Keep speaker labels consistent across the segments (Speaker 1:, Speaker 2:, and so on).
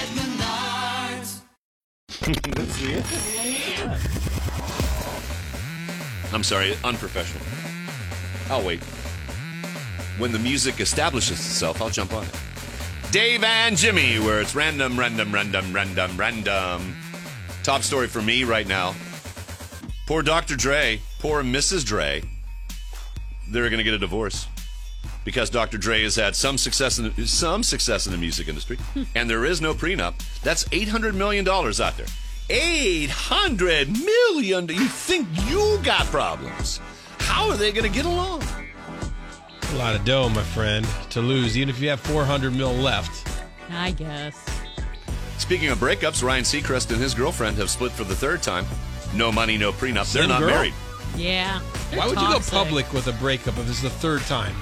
Speaker 1: Menards.
Speaker 2: I'm sorry, unprofessional. I'll wait. When the music establishes itself, I'll jump on it. Dave and Jimmy, where it's random, random, random, random, random. Top story for me right now. Poor Dr. Dre, poor Mrs. Dre, they're going to get a divorce because Dr. Dre has had some success in some success in the music industry,
Speaker 3: Hmm.
Speaker 2: and there is no prenup. That's eight hundred million dollars out there. Eight hundred million. You think you got problems? How are they going to get along?
Speaker 3: A lot of dough, my friend, to lose, even if you have 400 mil left.
Speaker 4: I guess.
Speaker 2: Speaking of breakups, Ryan Seacrest and his girlfriend have split for the third time. No money, no prenup. They're
Speaker 3: Same
Speaker 2: not
Speaker 3: girl?
Speaker 2: married.
Speaker 4: Yeah. They're
Speaker 3: Why would
Speaker 4: toxic.
Speaker 3: you go public with a breakup if this is the third time?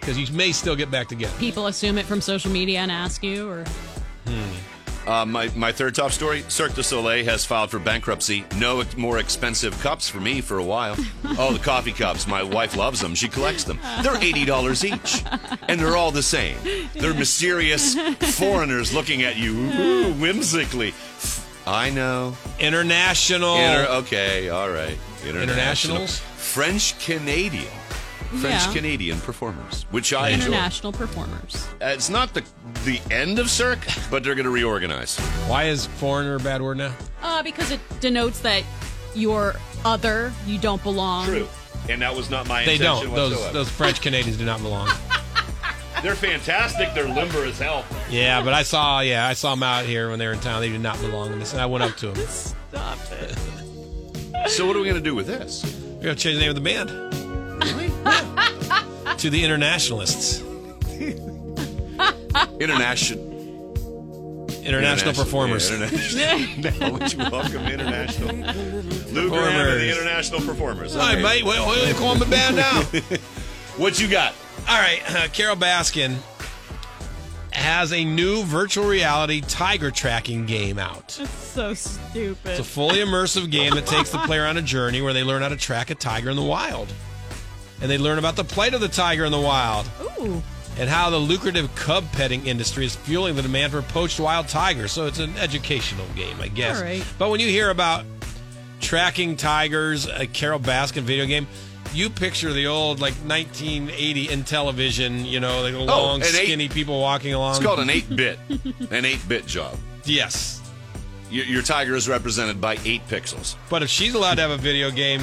Speaker 3: Because you may still get back together.
Speaker 4: People assume it from social media and ask you, or
Speaker 2: Uh, my, my third top story Cirque du Soleil has filed for bankruptcy. No ex- more expensive cups for me for a while. Oh, the coffee cups. My wife loves them. She collects them. They're $80 each. And they're all the same. They're mysterious foreigners looking at you ooh, whimsically. I know.
Speaker 4: Oh.
Speaker 3: International.
Speaker 2: Inter- okay, all right. International.
Speaker 3: Internationals?
Speaker 2: French Canadian. French
Speaker 4: Yeah.
Speaker 2: Canadian performers, which I enjoy.
Speaker 4: international performers.
Speaker 2: Uh, It's not the the end of Cirque, but they're going to reorganize.
Speaker 3: Why is foreigner a bad word now?
Speaker 4: Uh, because it denotes that you're other, you don't belong.
Speaker 2: True. And that was not my
Speaker 3: They
Speaker 2: intention
Speaker 3: don't. Those
Speaker 2: whatsoever.
Speaker 3: those French Canadians do not belong.
Speaker 2: They're fantastic. They're limber as hell.
Speaker 3: yeah, but I saw yeah I saw them out here when they were in town. They do not belong in this, and I went up to them.
Speaker 4: Stop it.
Speaker 2: So what are we going to do with this?
Speaker 3: We're gonna change the name of the band. Yeah. to the Internationalists,
Speaker 2: International.
Speaker 3: international, performers.
Speaker 2: Yeah, international. now would you welcome international? Lou Graham and the
Speaker 3: Performers.
Speaker 2: international performers.
Speaker 3: All right,
Speaker 2: Okay.
Speaker 3: mate. What, what you calling me band now?
Speaker 2: What you got?
Speaker 3: All right, uh, Carol Baskin has a new virtual reality tiger tracking game out.
Speaker 4: So stupid.
Speaker 3: It's a fully immersive game that takes the player on a journey where they learn how to track a tiger in the wild. And they learn about the plight of the tiger in the wild
Speaker 4: Ooh.
Speaker 3: and how the lucrative cub petting industry is fueling the demand for poached wild tigers. So it's an educational game, I guess.
Speaker 4: All right.
Speaker 3: But when you hear about tracking tigers, a Carol Baskin video game, you picture the old like 1980 in television, you know, like the long,
Speaker 2: an eight-
Speaker 3: skinny people walking along.
Speaker 2: Oh, It's called an eight bit, an eight bit job.
Speaker 3: yes.
Speaker 2: Your, your tiger is represented by eight pixels.
Speaker 3: But if she's allowed to have a video game,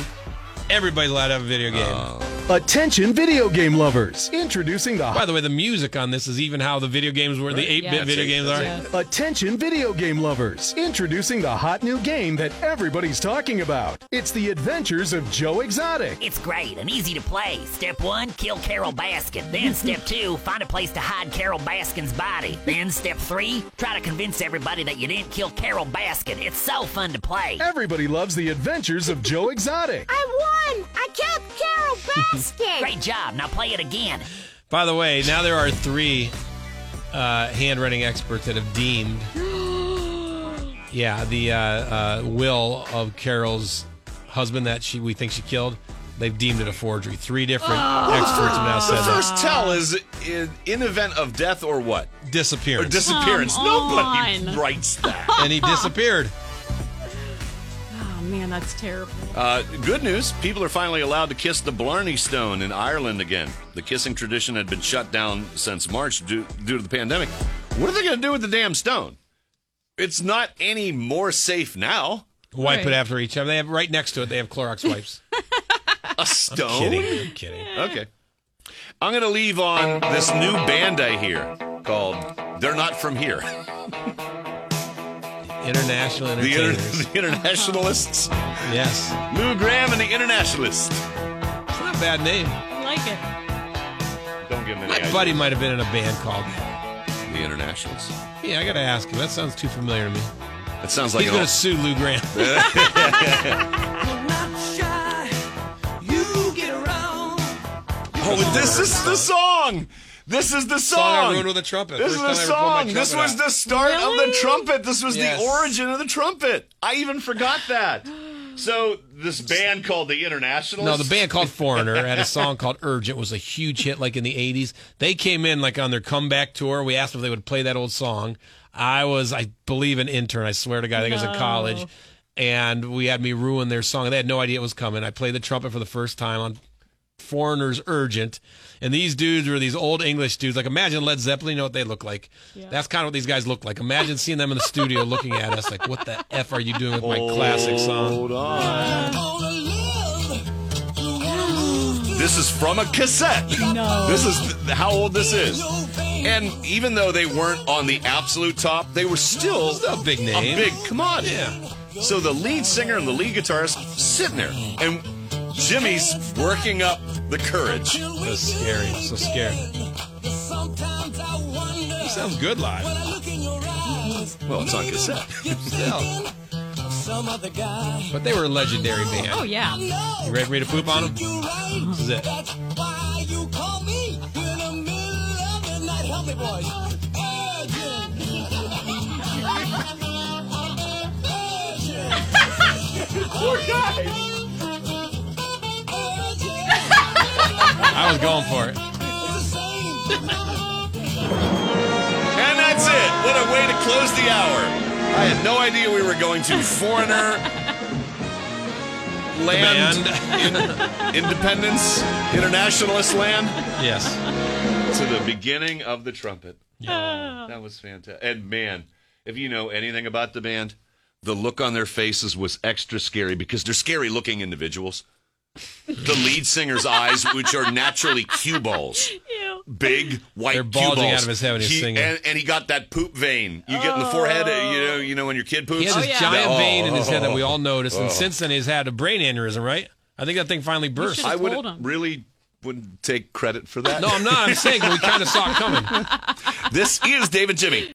Speaker 3: everybody's allowed to have a video game.
Speaker 2: Oh.
Speaker 5: Attention video game lovers. Introducing the
Speaker 3: By the way, the music on this is even how the video games were, the 8 bit
Speaker 4: Yeah.
Speaker 3: video games are.
Speaker 4: Yeah.
Speaker 5: Attention video game lovers. Introducing the hot new game that everybody's talking about. It's The Adventures of Joe Exotic.
Speaker 6: It's great and easy to play. Step one, kill Carol Baskin. Then step two, find a place to hide Carol Baskin's body. Then step three, try to convince everybody that you didn't kill Carol Baskin. It's so fun to play.
Speaker 5: Everybody loves The Adventures of Joe Exotic.
Speaker 7: I won! I killed Carol Baskin!
Speaker 6: Great job. Now play it again.
Speaker 3: By the way, now there are three uh, handwriting experts that have deemed, yeah, the uh, uh, will of Carol's husband that she we think she killed. They've deemed it a forgery. Three different experts have now
Speaker 2: Oh. The
Speaker 3: said
Speaker 2: first tell is in, in event of death or what?
Speaker 3: that.
Speaker 2: Or
Speaker 3: disappearance,
Speaker 2: disappearance.
Speaker 4: Come
Speaker 2: Nobody
Speaker 4: on.
Speaker 2: writes that.
Speaker 3: and he disappeared.
Speaker 4: Oh man, that's terrible.
Speaker 2: Uh, good news. People are finally allowed to kiss the Blarney Stone in Ireland again. The kissing tradition had been shut down since March due, due to the pandemic. What are they going to do with the damn stone? It's not any more safe now.
Speaker 3: Wipe it
Speaker 4: Right.
Speaker 3: after each. I they have right next to it. They have Clorox wipes.
Speaker 2: A stone?
Speaker 3: kidding, I'm kidding.
Speaker 2: Okay. I'm going to leave on this new band I hear called They're Not From Here.
Speaker 3: International
Speaker 2: The, inter-
Speaker 3: entertainers.
Speaker 2: the Internationalists.
Speaker 3: yes,
Speaker 2: Lou Graham and the Internationalists.
Speaker 3: it's not a bad name.
Speaker 4: I like it.
Speaker 2: Don't give them
Speaker 3: My
Speaker 2: any idea.
Speaker 3: buddy might have been in a band called.
Speaker 2: The Internationals.
Speaker 3: Yeah, I gotta ask him. That sounds too familiar to me.
Speaker 2: That sounds like
Speaker 3: He's
Speaker 2: an
Speaker 3: going
Speaker 2: al-
Speaker 3: to sue Lou Graham.
Speaker 1: I'm not shy. You get around.
Speaker 2: Oh, this is the song. This is the
Speaker 3: Song I
Speaker 2: song.
Speaker 3: wrote with a trumpet.
Speaker 2: This
Speaker 3: First
Speaker 2: is the
Speaker 3: time I ever
Speaker 2: song.
Speaker 3: pulled my
Speaker 2: This
Speaker 3: trumpet
Speaker 2: was
Speaker 3: out.
Speaker 2: the start of the
Speaker 4: Really?
Speaker 2: trumpet. This was
Speaker 3: Yes.
Speaker 2: the origin of the trumpet. I even forgot that. So this band called the Internationals.
Speaker 3: No, the band called Foreigner had a song called Urgent. It was a huge hit like in the 80s. They came in like on their comeback tour. We asked if they would play that old song. I was, I believe, an intern. I swear to God, I think I was in college. And we had me ruin their song. They had no idea it was coming. I played the trumpet for the first time on Foreigner's Urgent. And these dudes were these old English dudes. Like, imagine Led Zeppelin. You know what they look like. That's kind of what these guys look like. Imagine seeing them in the studio looking at us like, what the F are you doing with my classic song?
Speaker 2: Hold on. This is from a cassette. No. This is th- how old this is. And even though they weren't on the absolute top, they were still
Speaker 3: It's not a big name.
Speaker 2: A big commodity. So the lead singer and the lead guitarist sitting there, and Jimmy's working up the courage.
Speaker 3: So scary. So scary. Sounds good live.
Speaker 2: Well, it's on cassette.
Speaker 3: Still. But they were a legendary band.
Speaker 4: Oh, yeah.
Speaker 3: You ready for me to poop on them? This is it. I was going for it.
Speaker 2: And that's it. What a way to close the hour. I had no idea we were going to foreigner. Land, in- independence, internationalist land,
Speaker 3: Yes.
Speaker 2: to the beginning of the trumpet. Ah. That was fantastic. And man, if you know anything about the band, the look on their faces was extra scary because they're scary looking individuals. The lead singer's eyes, which are naturally cue balls, big white
Speaker 3: They're
Speaker 2: cue
Speaker 3: bulging out
Speaker 2: balls.
Speaker 3: of his head when he's
Speaker 2: He-
Speaker 3: singing.
Speaker 2: And, and he got that poop vein. You get in the forehead, uh, you know, you know when your kid poops.
Speaker 3: He has this
Speaker 4: Oh, yeah.
Speaker 3: giant
Speaker 2: Oh,
Speaker 3: vein in his head that we all
Speaker 2: oh,
Speaker 3: noticed,
Speaker 2: oh.
Speaker 3: and since then he's had a brain aneurysm, right? I think that thing finally burst.
Speaker 4: should've-
Speaker 2: I would
Speaker 4: Told him.
Speaker 2: really wouldn't take credit for that.
Speaker 3: No, I'm not. I'm saying we kind of saw it coming.
Speaker 2: This is David Jimmy.